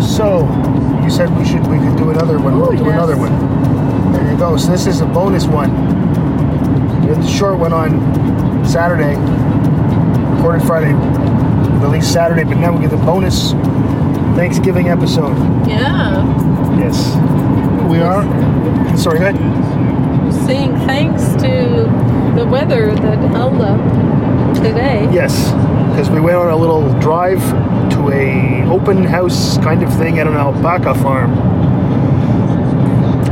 So, you said we should we could do another one. We'll Ooh, do yes. another one. There you go. So this is a bonus one. We had the short one on Saturday, recorded Friday, released Saturday, but now we get the bonus Thanksgiving episode. Yeah. Yes. We are. Sorry, go ahead. Saying thanks to the weather that held up today. Yes, because we went on a little drive to a open house kind of thing at an alpaca farm.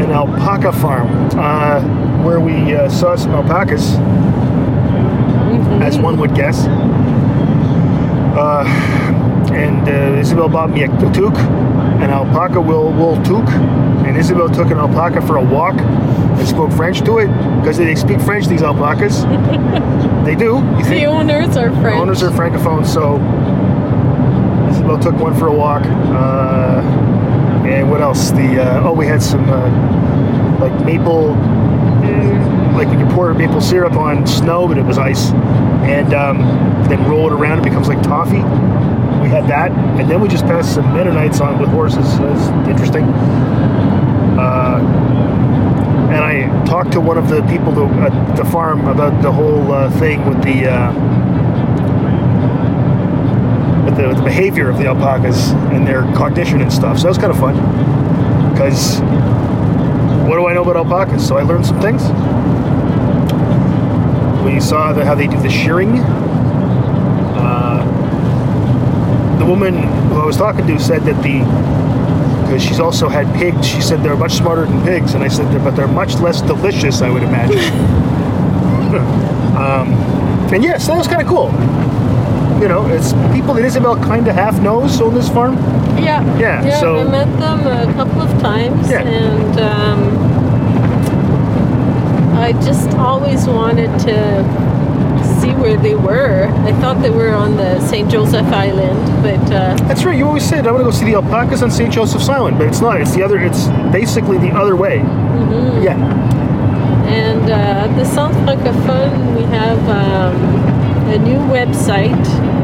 An alpaca farm, uh, where we uh, saw some alpacas, as one would guess. Uh, and uh, Isabel bought me a toque, an alpaca wool, wool toque, and Isabel took an alpaca for a walk and spoke French to it because they speak French. These alpacas, they do. You The owners are French. Owners are francophones, so Isabel took one for a walk. Uh, and what else? The uh, oh, we had some uh, like maple, eh, like when you pour maple syrup on snow, but it was ice, and um, then roll it around, it becomes like toffee. We had that, and then we just passed some Mennonites on with horses. That's interesting. Uh, and I talked to one of the people that, at the farm about the whole uh, thing with the. Uh, with the, with the behavior of the alpacas and their cognition and stuff. So that was kind of fun. Because what do I know about alpacas? So I learned some things. We saw the, how they do the shearing. Uh, the woman who I was talking to said that the because she's also had pigs. She said they're much smarter than pigs, and I said, "They're- but they're much less delicious, I would imagine. um, and yes, that was kind of cool you know, it's people that Isabel kind of half knows on this farm. Yeah. Yeah, Yeah. so- I met them a couple of times, Yeah. and um, I just always wanted to see where they were. I thought they were on the St. Joseph Island, but uh, That's right. You always said I want to go see the alpacas on St. Joseph's Island, but it's not. It's the other. It's basically the other way. Mm-hmm. Yeah. and uh, the Centre Francophone, we have um, a new website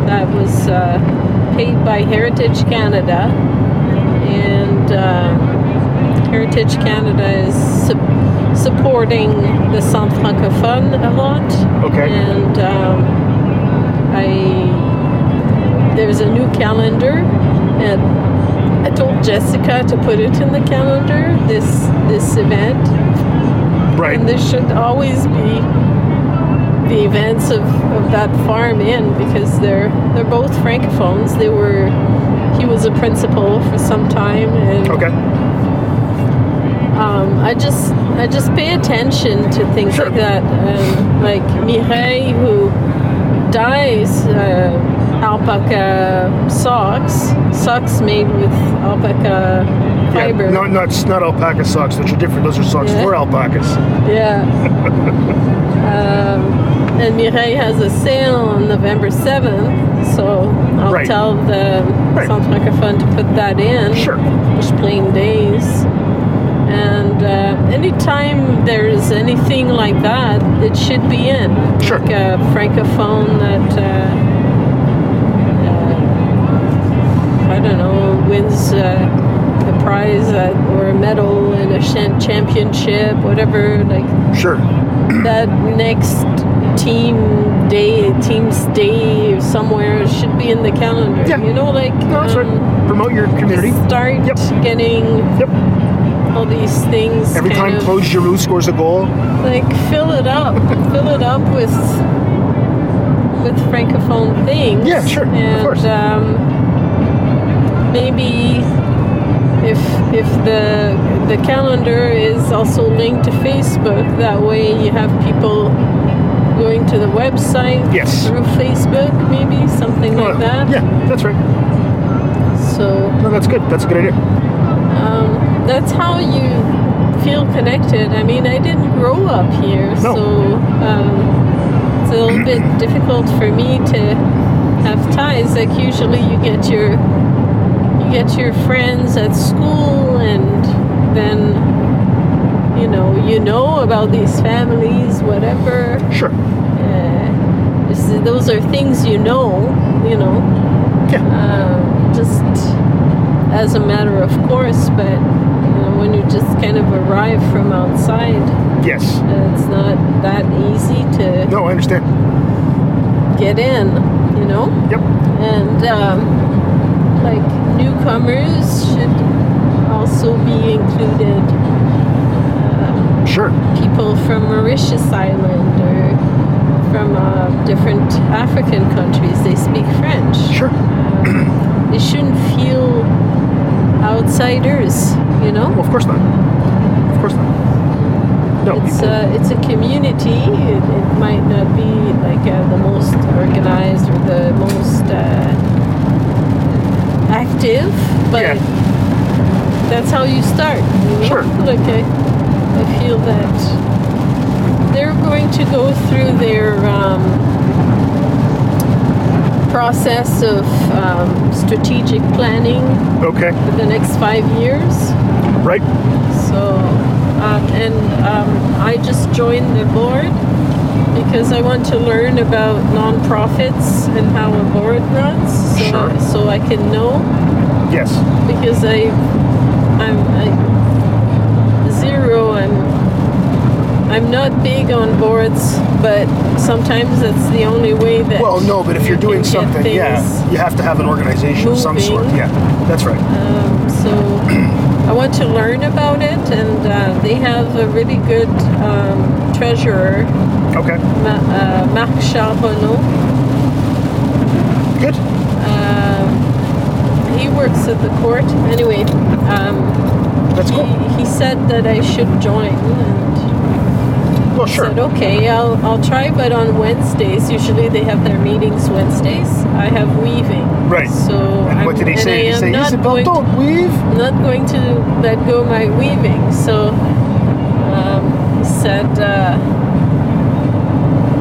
that was uh, paid by Heritage Canada, and um Heritage Canada is sup- supporting the Centre Francophone a lot. Okay. And um, I there's a new calendar, and I told Jessica to put it in the calendar. This this event Right. and there should always be the events of, of that farm in because they're they're both francophones. They were he was a principal for some time and okay. um, I just I just pay attention to things Sure. like that. Um, like Mireille who dyes uh, alpaca socks, socks made with alpaca fiber. Yeah. Not not not alpaca socks. Those are different. Those are socks Yeah. for alpacas. Yeah. um, and Mireille has a sale on November 7th, so I'll Right. tell the Right. Centre Francophone to put that in. Sure. Just plain days. And uh, anytime there's anything like that, it should be in. Sure. Like a Francophone that. Uh, uh, I don't know, wins uh, a prize at, or a medal in a ch- championship, whatever. Like, Sure. that next team day, team's day somewhere should be in the calendar. Yeah. You know, like No, that's um, right. Promote your community. start Yep. getting Yep. all these things. Every kind time of, Claude Giroux scores a goal, like fill it up, fill it up with with francophone things. Yeah, sure, of and, course. Um, maybe if if the the calendar is also linked to Facebook, that way you have people going to the website Yes. through Facebook, maybe something like that. uh, yeah, that's right. So No, that's good. That's a good idea. um, that's how you feel connected. I mean, I didn't grow up here, No. so um, it's a little bit difficult for me to have ties. Like usually, you get your you get your friends at school, and then you you know, you know about these families, whatever. Sure. Uh, this is- those are things you know, you know, Yeah. um, just as a matter of course, but you know, when you just kind of arrive from outside, Yes. uh, it's not that easy to No, I understand. get in, you know? Yep. and um, like newcomers should also be included uh, Sure. people from mauritius island or from uh, different african countries they speak french Sure. Um, they shouldn't feel outsiders you Well, know of course not. Of course not. No. it's people- a, it's a community it, it might not be like uh, the most organized or the most uh, active but Yeah. that's how you start. You know? Sure. Like I, I feel that they're going to go through their um, process of um, strategic planning okay. for the next five years. Right. So, um, and um, I just joined the board because I want to learn about nonprofits and how a board runs, so, Sure. so I can know Yes. because I, I'm I, zero. I'm I'm not big on boards, but sometimes that's the only way that. Well, no, but if you you're can doing get something, yeah, things, you have to have an organization of some moving. sort. Yeah. That's right. Um, so I want to learn about it, and uh, they have a really good um, treasurer, Uh-huh. Okay. Ma- uh, Marc Charbonneau. Good. Um, he works at the court. Anyway, um, That's cool. He, he said that I should join, and Well, I sure. said, "Okay, I'll I'll try." But on Wednesdays, usually they have their meetings Wednesdays. I have weaving, Right. So And I'm, what did he and say? Did I he am say, not Isabel, going to, don't weave. not going to let go my weaving. So um, he said, uh,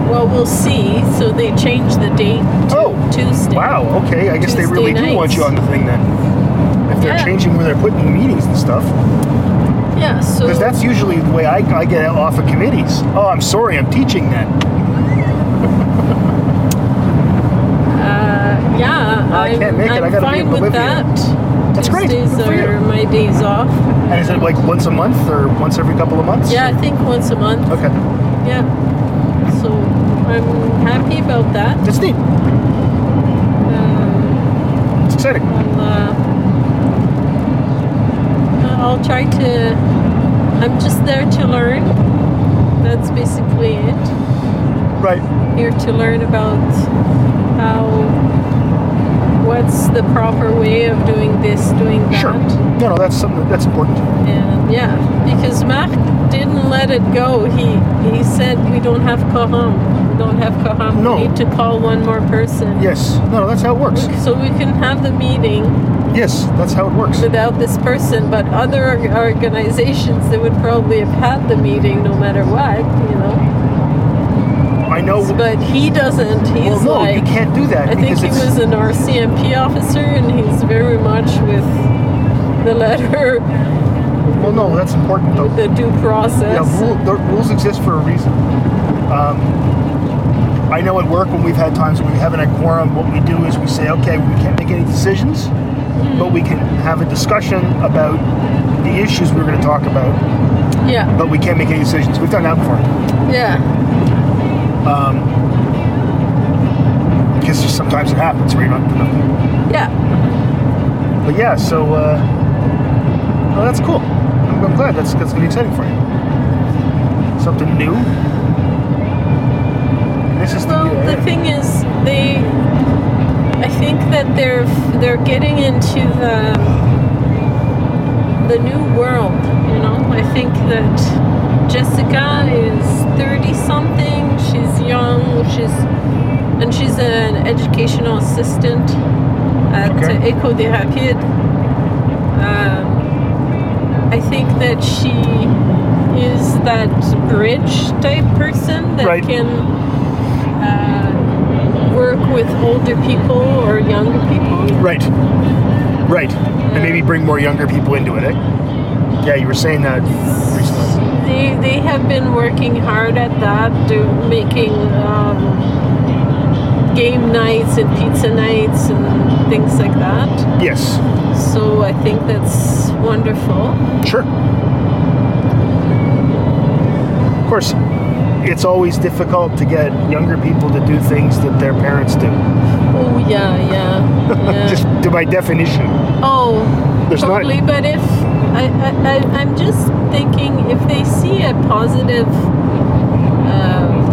"Well, we'll see." So they changed the date to Oh, Tuesday. Wow. Okay. I guess they really Tuesday do want nights. you on the thing then. If they're Yeah. changing where they're putting meetings and stuff, Yeah. So because that's usually the way I, I get off of committees. Oh, I'm sorry, I'm teaching then. Uh, yeah, I I'm, can't make it. I'm I gotta be fine in with Bolivia. that. That's great. Tuesdays Good for you. are my days off. And is it like once a month or once every couple of months? Yeah, I think once a month. Okay. Yeah. So I'm happy about that. That's neat. Um, It's exciting. I'll, uh, I'll try to. I'm just there to learn. That's basically it. Right. Here to learn about how. What's the proper way of doing this, doing that? Sure. No, no, that's something that's important. And yeah, because Mark didn't let it go. He he said we don't have quorum. We don't have quorum. No. We need to call one more person. Yes. No, no, that's how it works. So we can have the meeting Yes, that's how it works. without this person, but other org- organizations they would probably have had the meeting no matter what, you know. I know. But he doesn't. He's well, no, like you can't do that I think because he it's was an RCMP officer, and he's very much with the letter, well, no, that's important though. with the due process. Yeah, rule, the rules exist for a reason. Um, I know at work when we've had times when we haven't had quorum, what we do is we say, okay, we can't make any decisions, but we can have a discussion about the issues we're going to talk about, yeah. but we can't make any decisions. We've done that before. Yeah, Um, because just sometimes it happens where you're not. yeah, But yeah, so uh, well, that's cool. I'm, I'm glad that's that's going to be exciting for you. Something new. This is Well, the, the thing is, they. I think that they're they're getting into the the new world. You know, I think that Jessica is thirty something. She's young. She's and she's an educational assistant at Okay. uh, Eco des Rapides. Um, I think that she is that bridge type person that Right. can uh, work with older people or younger people. Right. Right. And maybe bring more younger people into it, eh? Yeah, you were saying that recently. they, they have been working hard at that, do, making um, game nights and pizza nights and things like that. Yes. So I think that's wonderful. Sure. Of course, it's always difficult to get younger people to do things that their parents do. Oh yeah, yeah, yeah. Just to by definition. oh, There's not- totally. But if I, I, I, I'm just thinking, if they see a positive, um,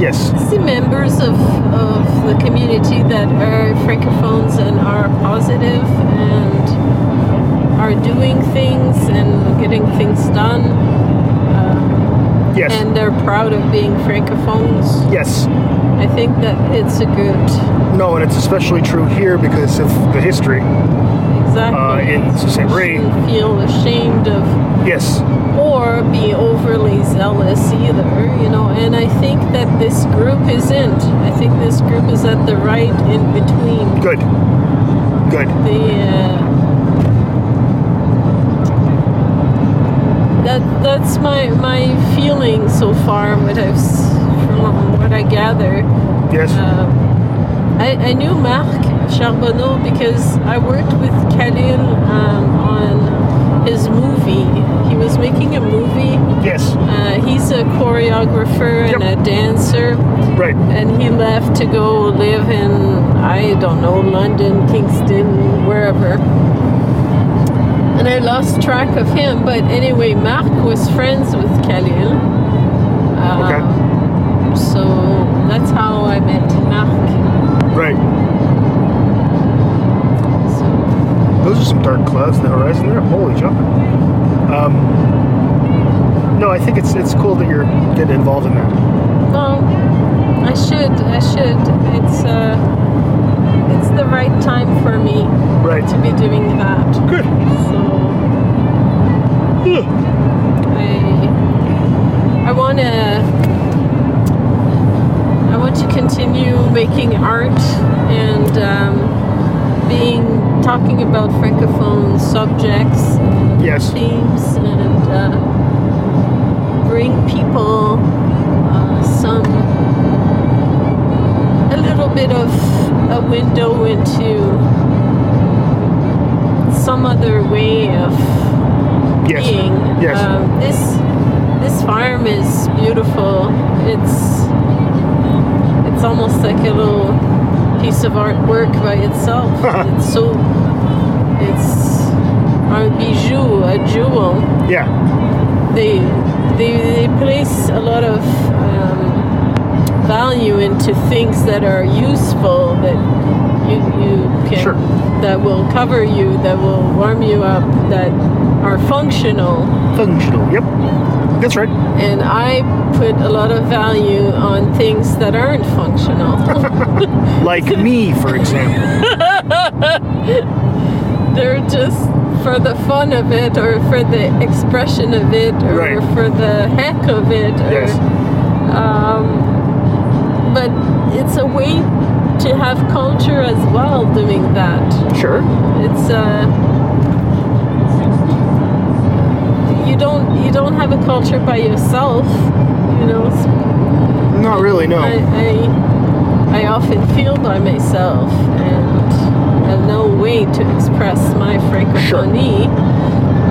Yes. see members of of the community that are francophones and are positive and are doing things and getting things done, um, Yes. and they're proud of being francophones. yes. I think that it's a good No, and it's especially true here because of the history. Uh, exactly. in Saint Marie. Shouldn't feel ashamed of Yes. or be overly zealous either, you know. And I think that this group isn't. I think this group is at the right in between. Good. Good. The uh, that that's my my feeling so far. What I've s- from what I gather. Yes. Um, I, I knew Marc Charbonneau because I worked with Khalil um, on his movie. He was making a movie. yes. Uh, he's a choreographer and Yep. a dancer, Right. and he left to go live in, I don't know, London, Kingston, wherever. And I lost track of him, but anyway, Marc was friends with Khalil. Um, Okay. So that's how I met Marc. Right. So, Those are some dark clouds in the horizon there. Holy jump. Um, no, I think it's it's cool that you're getting involved in that. well, I should, I should. It's uh, it's the right time for me Right. to be doing that. Good. So Yeah. I, I wanna, I want to continue making art and um, being talking about francophone subjects Yes. themes and uh, bring people uh, some a little bit of a window into some other way of Yes. being. Yes. Um, this this farm is beautiful. It's it's almost like a little piece of artwork by itself. it's so it's a bijou, a jewel yeah. they they, they place a lot of um, value into things that are useful that you you can Sure. that will cover you that will warm you up that are functional Functional. Yep. That's right. and I put a lot of value on things that aren't functional. Like me, for example. They're just for the fun of it or for the expression of it or Right. for the heck of it or Yes. um, but it's a way to have culture as well doing that Sure. it's uh you don't you don't have a culture by yourself you know s- Not really. No. I, I i often feel by myself and have no way to express my Sure. francophonie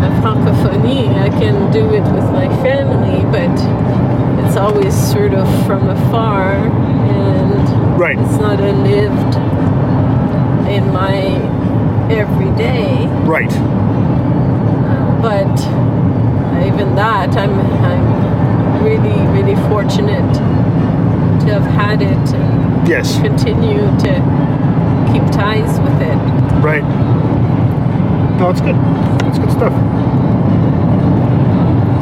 my francophonie i can do it with my family but it's always sort of from afar and right. it's not a lived in my everyday Right. but even that I'm, I'm really really fortunate to have had it and Yes. continue to keep ties with it Right. No, it's good. It's good stuff.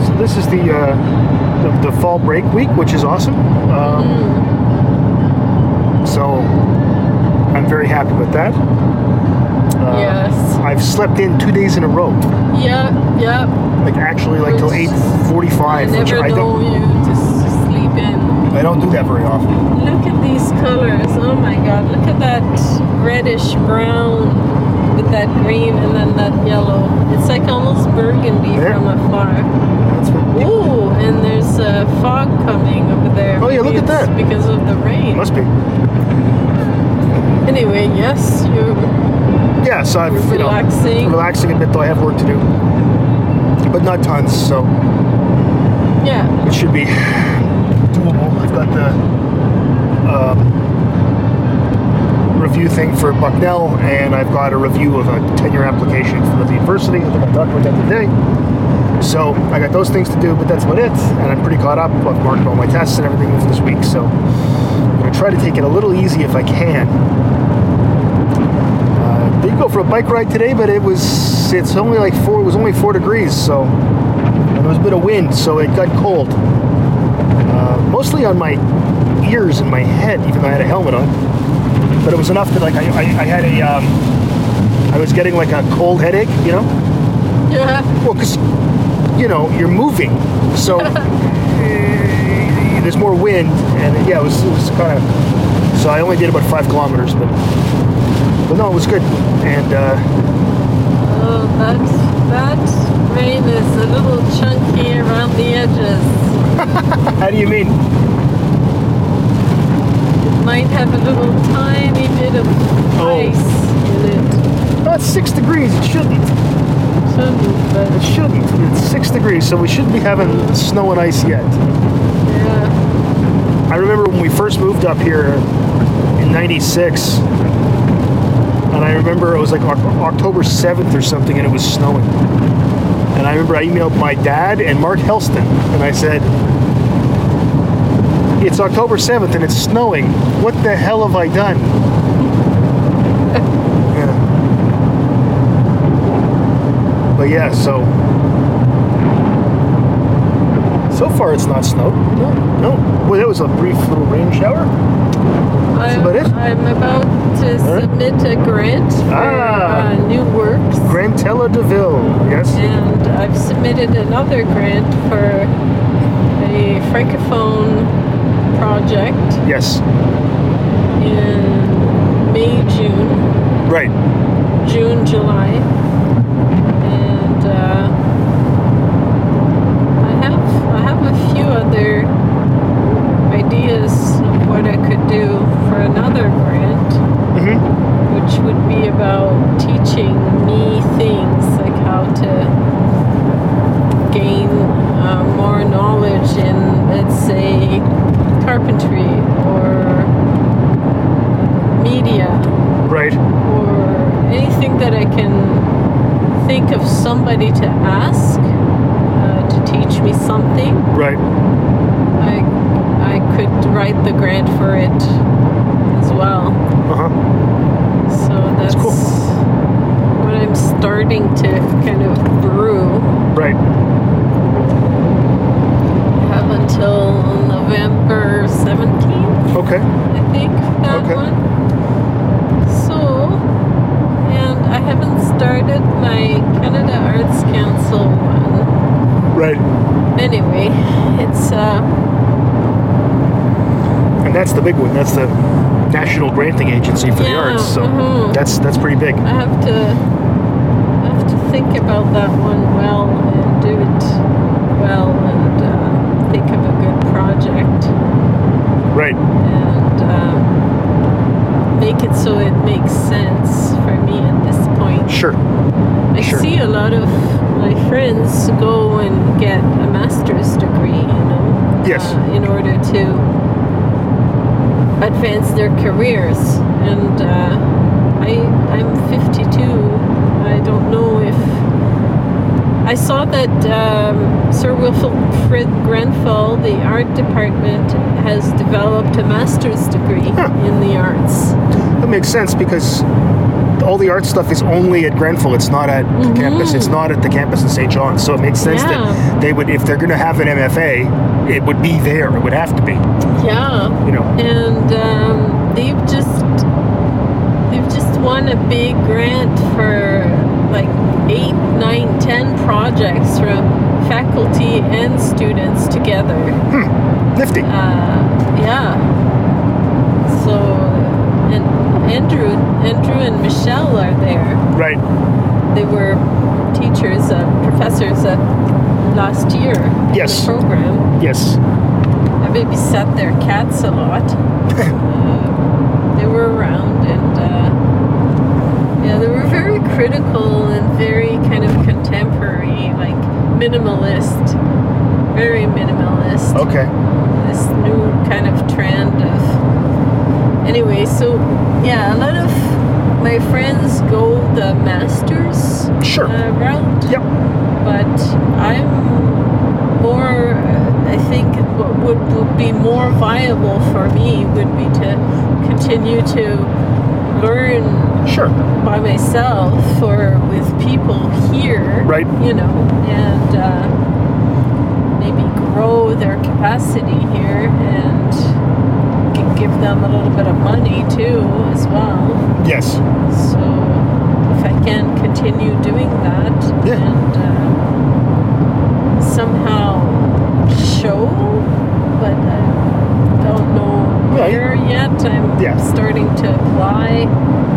So this is the uh, the, the fall break week, which is awesome. Um, Mm. Mm-hmm. so I'm very happy with that. Uh, yes I've slept in two days in a row, yeah yeah like actually like till Which- eight i forty-five, which never I know don't you to s- sleep in I don't do that very often. look at these colors oh my god look at that reddish brown with that green and then that yellow it's like almost burgundy Yeah. from afar Oh, that? because of the rain. Must be. Anyway, yes, you Yeah, so I'm you know, Relaxing. relaxing a bit, though I have work to do, but not tons. So yeah. it should be doable. I've got the um, review thing for Bucknell, and I've got a review of a tenure application for the university. I think I talked about that today. So I got those things to do, but that's about it. And I'm pretty caught up. I've marked all my tests and everything for this week, so I'm gonna try to take it a little easy if I can. Uh, did go for a bike ride today, but it was it's only like four. It was only four degrees, so and there was a bit of wind, so it got cold. Uh, mostly on my ears and my head, even though I had a helmet on. But it was enough that like I, I, I had a um, I was getting like a cold headache, you know. Yeah. Well, because you know you're moving, so eh, there's more wind, and yeah, it was, it was kind of. So I only did about five kilometers, but but no, it was good, and uh, Oh, that that rain is a little chunky around the edges. how do you mean? It might have a little tiny bit of Oh. ice in it. Well, it's six degrees. It shouldn't. Shouldn't, It but shouldn't. It's six degrees, so we shouldn't be having snow and ice yet. yeah. I remember when we first moved up here in '96, and I remember it was like Oc- October 7th or something, and it was snowing. And I remember I emailed my dad and Mark Helston, and I said, "It's October 7th and it's snowing. What the hell have I done?" yeah. But yeah, so so far it's not snowed. No, no. Well, that was a brief little rain shower. I'm, about it? I'm about to Huh? submit a grant for Ah. uh, new works. Grantella Deville, yes. And I've submitted another grant for a francophone project Yes. in May, June, Right. June, July. And uh, I have I have a few other ideas of what I could do for another grant. hmm which would be about teaching me things like how to gain uh, more knowledge in, let's say, carpentry or media Right. or anything that I can think of somebody to ask uh, to teach me something. Right. I, I could write the grant for it as well. Uh huh. So that's, cool. what I'm starting to kind of brew. Right. I have until November 17th, Okay. I think, for that Okay. one. So, and I haven't started my Canada Arts Council one. Right. Anyway, it's uh, And that's the big one. That's the National Granting Agency for the Yeah, Arts. So mhm. that's that's pretty big. I have to I have to think about that one well and do it well and uh, think of a good project. Right. and um, make it so it makes sense for me at this point. Sure. I Sure. see a lot of my friends go and get a master's degree, you know, Yes. uh, in order to advance their careers. And uh, I, I'm 52. I don't know if I saw that um, Sir Wilfrid Grenfell, the art department, has developed a master's degree Huh. in the arts. That makes sense because all the art stuff is only at Grenfell. It's not at the campus. Mhm. It's not at the campus in St. John's. So it makes sense Yeah. that they would, if they're going to have an MFA, it would be there. It would have to be. Yeah. You know. and um, they've just they've just won a big grant for like eight, nine, ten projects from faculty and students together. Nifty. Uh, yeah. So and Andrew, Andrew and Michelle are there. Right. They were teachers, uh, professors uh, last year. in Yes. The program Yes. I babysat their cats a lot. uh, they were around and uh, yeah, they were very critical and very kind of contemporary, like minimalist, very minimalist. Okay. This new kind of trend of anyway. So yeah, a lot of my friends go the masters Sure. uh, route Yep. but I'm more. uh, I think what would, would be more viable for me would be to continue to learn Sure. by myself or with people here. Right. You know, and uh, maybe grow their capacity here and g- give them a little bit of money too as well. Yes. So if I can continue doing that Yeah. and uh, somehow show, but I don't know Yeah, you- where yet. I'm Yeah. starting to apply.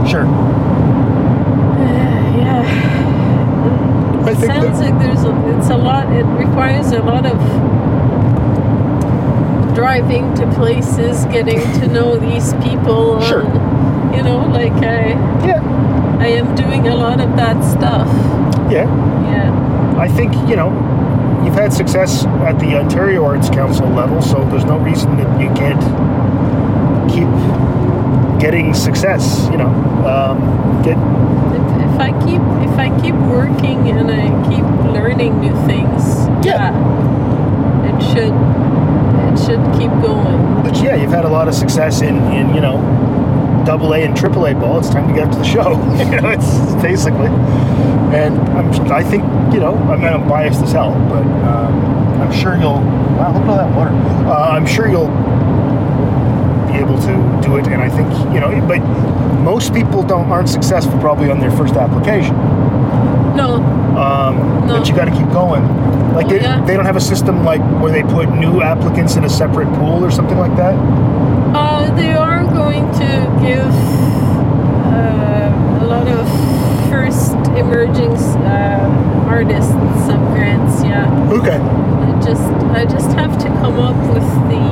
Sure. yeah. I It think sounds like there's a, it's a lot. It requires a lot of driving to places, getting to know these people. Sure. and, you know, like I. Yeah. I am doing a lot of that stuff. Yeah. Yeah. I think you know you've had success at the Ontario Arts Council level, so there's no reason that you can't keep getting success. You know, um, get If, if I keep if I keep working and I keep learning new things, Yeah. it should it should keep going. But yeah, you've had a lot of success in, in you know, double A and triple A ball. It's time to get up to the show. you know, it's basically. And I'm, I think, you know, I mean, I'm biased as hell, but um, I'm sure you'll, wow, look at all that water. Uh, I'm sure you'll be able to do it. And I think, you know, but most people don't aren't successful probably on their first application. No. Um, No. But you got to keep going. Like, Oh, they, yeah. they don't have a system like where they put new applicants in a separate pool or something like that. Uh, they are going to give uh, a lot of first emerging uh, artists some grants. Yeah. Okay. I just I just have to come up with the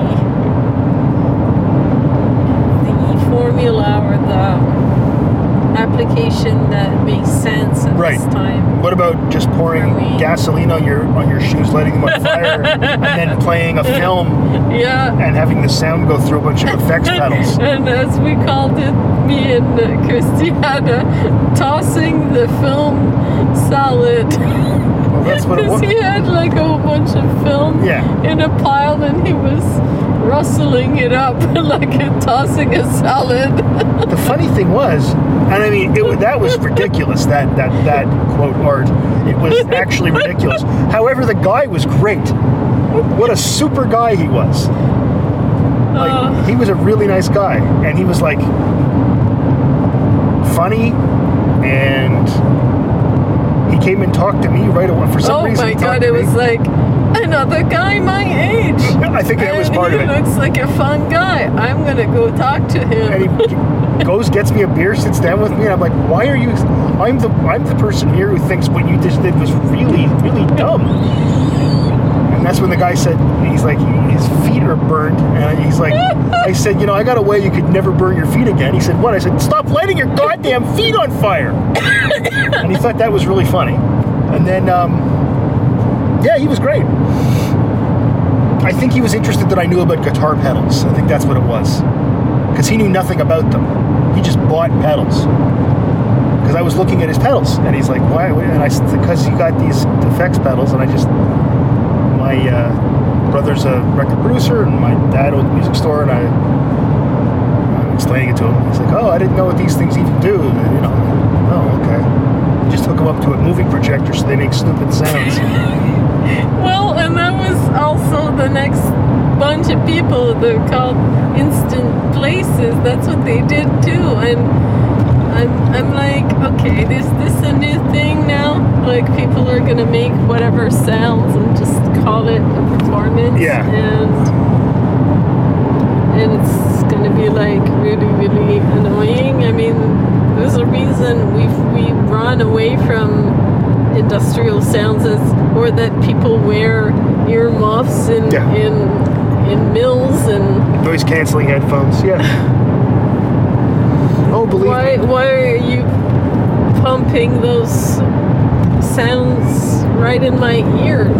the formula or the application that makes sense at Right. this time. What about just pouring Really? gasoline on your on your shoes, lighting them on fire, and then playing a film Yeah. and having the sound go through a bunch of effects pedals? and as we called it, me and uh, Christiana tossing the film salad. Well, that's what it Because was. he had like a whole bunch of film Yeah. in a pile and he was rustling it up like tossing a salad. The funny thing was, and I mean, it, wa- that was ridiculous. That that that quote art, it was actually ridiculous. However, the guy was great. What a super guy he was. Uh, Like, he was a really nice guy, and he was like funny, and he came and talked to me right away. For some oh reason, my he talked god, to it me. was like another guy my age. I think that was And part he of it. looks like a fun guy. I'm gonna go talk to And him. he goes, gets me a beer, sits down with me, and I'm like, "Why are you? I'm the I'm the person here who thinks what you just did was really really dumb." And that's when the guy said, "He's like, his feet are burned," and he's like, "I said, you know, I got a way you could never burn your feet again." He said, "What?" I said, "Stop lighting your goddamn feet on fire." and he thought that was really funny. And then, um, yeah, he was great. I think he was interested that I knew about guitar pedals. I think that's what it was. Because he knew nothing about them. He just bought pedals. Because I was looking at his pedals, and he's like, "Why?" why-" And I said, "Because you got these effects pedals." And I just, my uh, brother's a record producer, and my dad owned a music store, and I, I'm explaining it to him. He's like, "Oh, I didn't know what these things even do." And, you know, oh, okay. You just hook them up to a movie projector, so they make stupid sounds. Well, and that was also the next bunch of people that are called instant places. That's what they did too. And I'm, I'm like, okay, is this a new thing now? Like people are gonna make whatever sounds and just call it a performance. Yeah. And and it's gonna be like really, really annoying. I mean, there's a reason we've we run away from industrial sounds as or that people wear earmuffs in Yeah. in in mills and Noise canceling headphones. Yeah. Oh, believe why me. why are you pumping those sounds right in my ears?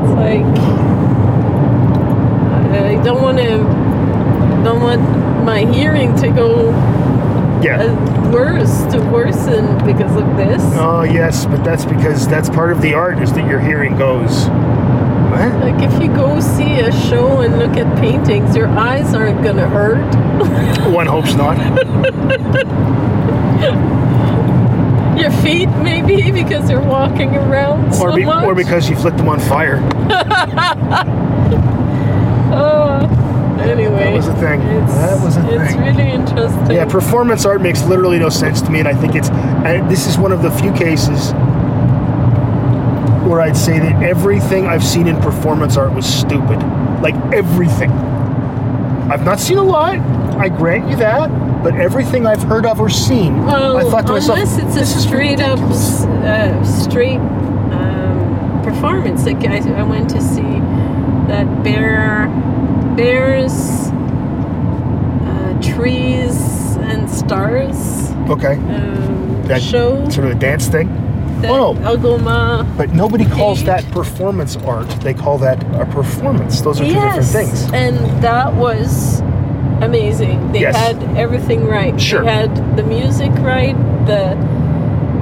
It's like I I don't want to don't want my hearing to go Yeah. uh, worse to worsen because of this. Oh yes, but that's because that's part of the art is that your hearing goes. What? Like if you go see a show and look at paintings, your eyes aren't gonna hurt. One hopes not. Your feet maybe because you're walking around so or, be, much. or because you flicked them on fire. Uh, anyway, That was a thing. It's, That was a it's thing. really interesting. Yeah, performance art makes literally no sense to me, and I think it's and this is one of the few cases where I'd say that everything I've seen in performance art was stupid. Like everything. I've not seen a lot. I grant you that, but everything I've heard of or seen, well, I thought to Oh, unless myself, it's a "This is straight up, s- uh, straight um, performance. Like I, I went to see that bear, bears, uh, trees, and stars Okay. um, That show. Sort of a dance thing. that oh. Algoma. But nobody calls Eight. that performance art. They call that a performance. Those are two yes, different things. and that was amazing. They Yes. had everything right. Sure. They had the music right. The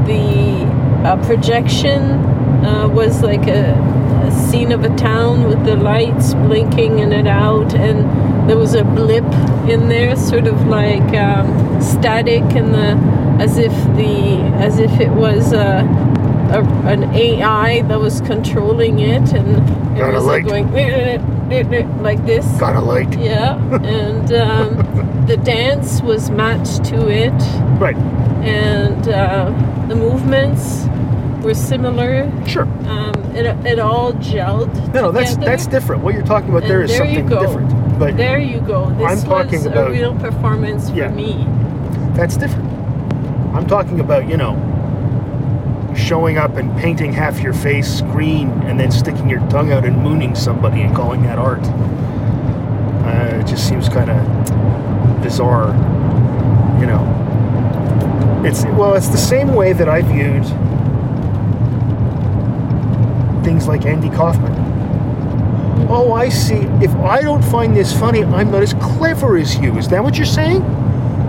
the uh, projection uh, was like a, a scene of a town with the lights blinking in and out, and there was a blip in there, sort of like um, static, and the as if the as if it was a. A, an AI that was controlling it, and it Kinda was like- like going like this. Gotta like. Yeah, and um, the dance was matched to it, Right. and uh, the movements were similar. Sure. Um, it, it all gelled. No, no, that's together. that's different. What you're talking about And there is there you something go. different. But There you go. This I'm talking was about- a real performance Yeah. for me. that's different. I'm talking about, you know, showing up and painting half your face green and then sticking your tongue out and mooning somebody and calling that art. Uh, it just seems kind of bizarre, you know. It's well, it's the same way that I viewed things like Andy Kaufman. Oh, I see. If I don't find this funny, I'm not as clever as you. Is that what you're saying?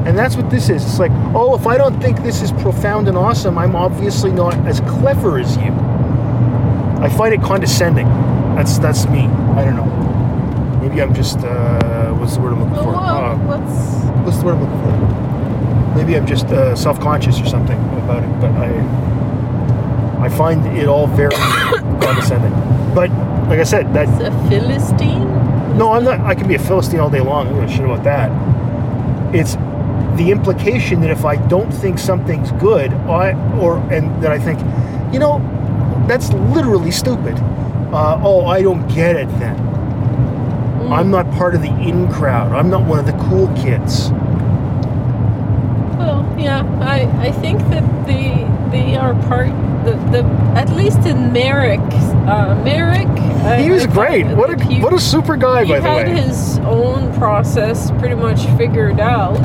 And that's what this is. It's like, oh, if I don't think this is profound and awesome, I'm obviously not as clever as you. I find it condescending. That's that's me. I don't know. Maybe I'm just uh, what's the word I'm looking Well, for? Uh, whoa, Oh, what's what's the word I'm looking for? Maybe I'm just uh, self-conscious or something about it, but I I find it all very condescending. But like I said, that it's a philistine? no, I'm not. I can be a philistine all day long. I don't give a shit about that. It's the implication that if I don't think something's good, I or and that I think, you know, that's literally stupid. Uh, oh, I don't get it then. I'm not part of the in crowd. I'm not one of the cool kids. Well, yeah, I, I think that they they are part the, the at least in Merrick, uh, Merrick. I- He was I thought great. that What a he- what a super guy, he by the had way. his own process pretty much figured out,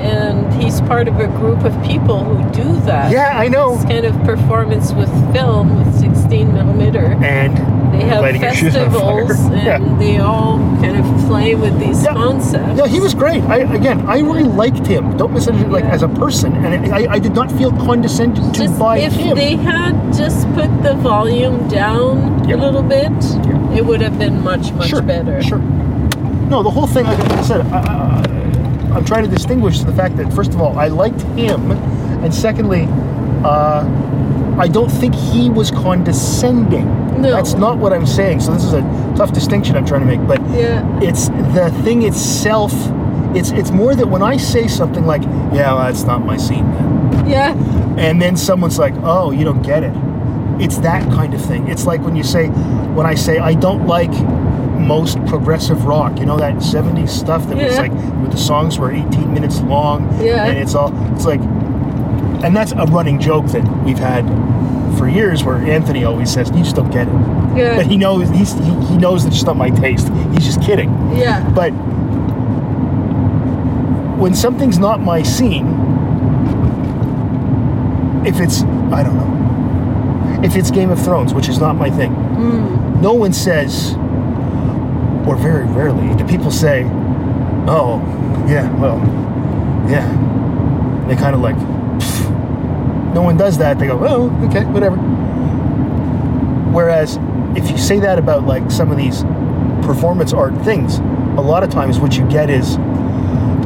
and he's part of a group of people who do that. Yeah, I know. This kind of performance with film with 16 millimeter. And They have lighting your shoes on fire. festivals, and Yeah. they all kind of play with these Yeah. concepts. No, he was great. I again, I really liked him. Don't misunderstand, like Yeah. as a person, and I, I did not feel condescended to just by if him. they had just put the volume down Yep. a little bit, Yep. it would have been much much sure, better. Sure. No, the whole thing, like I said, I, I, I'm trying to distinguish the fact that first of all, I liked him, and secondly, uh, I don't think he was condescending. No. That's not what I'm saying. So this is a tough distinction I'm trying to make, but Yeah. it's the thing itself. It's it's more that when I say something like, "Yeah, well, that's not my scene," man," Yeah. and then someone's like, "Oh, you don't get it." It's that kind of thing. It's like when you say, when I say, "I don't like most progressive rock," you know that '70s stuff that was Yeah. like with the songs were 18 minutes long, Yeah. and it's all it's like, and that's a running joke that we've had for years where Anthony always says, "You just don't get it," but Yeah. he knows he's, he, he knows it's just not my taste. He's just kidding. Yeah. But when something's not my scene, if it's, I don't know, if it's Game of Thrones, which is not my thing, no one says, or very rarely, do people say, oh, yeah, well, yeah. They kind of like, "Pfft." no one does that. They go, oh, okay, whatever. Whereas if you say that about like some of these performance art things, a lot of times what you get is,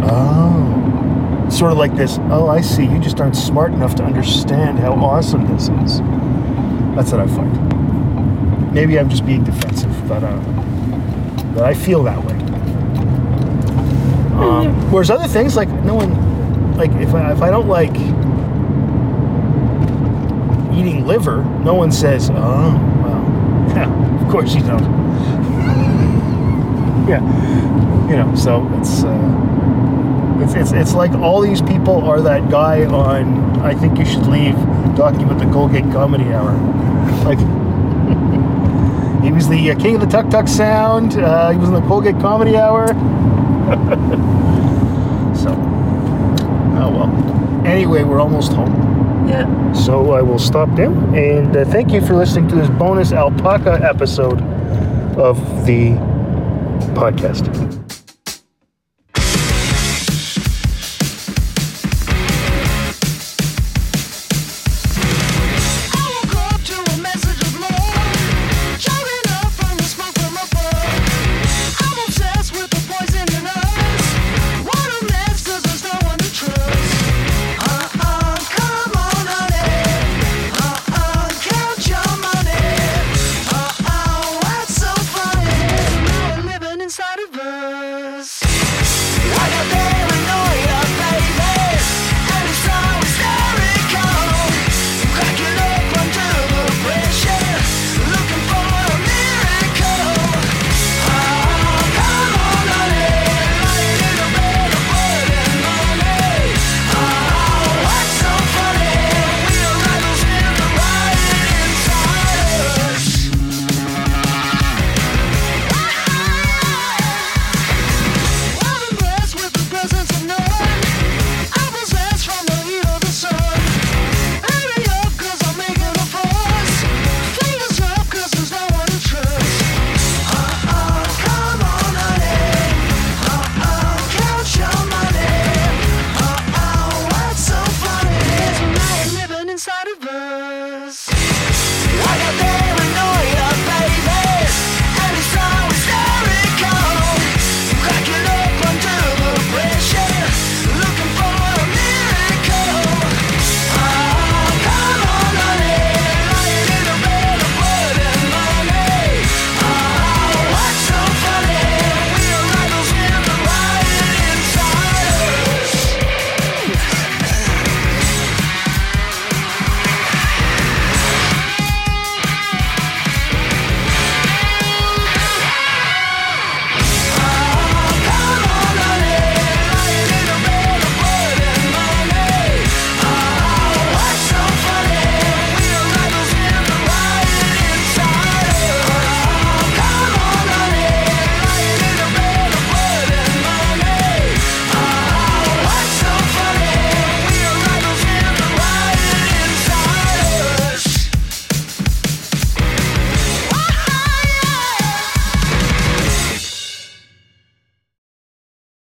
oh, sort of like this, oh, I see, you just aren't smart enough to understand how awesome this is. That's what I find. Maybe I'm just being defensive, but, uh, but I feel that way. Um, whereas other things, like no one, like if I, if I don't like eating liver, no one says, oh, well, yeah, of course you don't yeah you know so it's uh, it's, it's it's like all these people are that guy on i think you should leave talking about the colgate comedy hour like he was the uh, king of the tuk tuk sound uh, he was in the colgate comedy hour so oh well anyway we're almost home Yeah. so i will stop now and uh, thank you for listening to this bonus alpaca episode of the podcast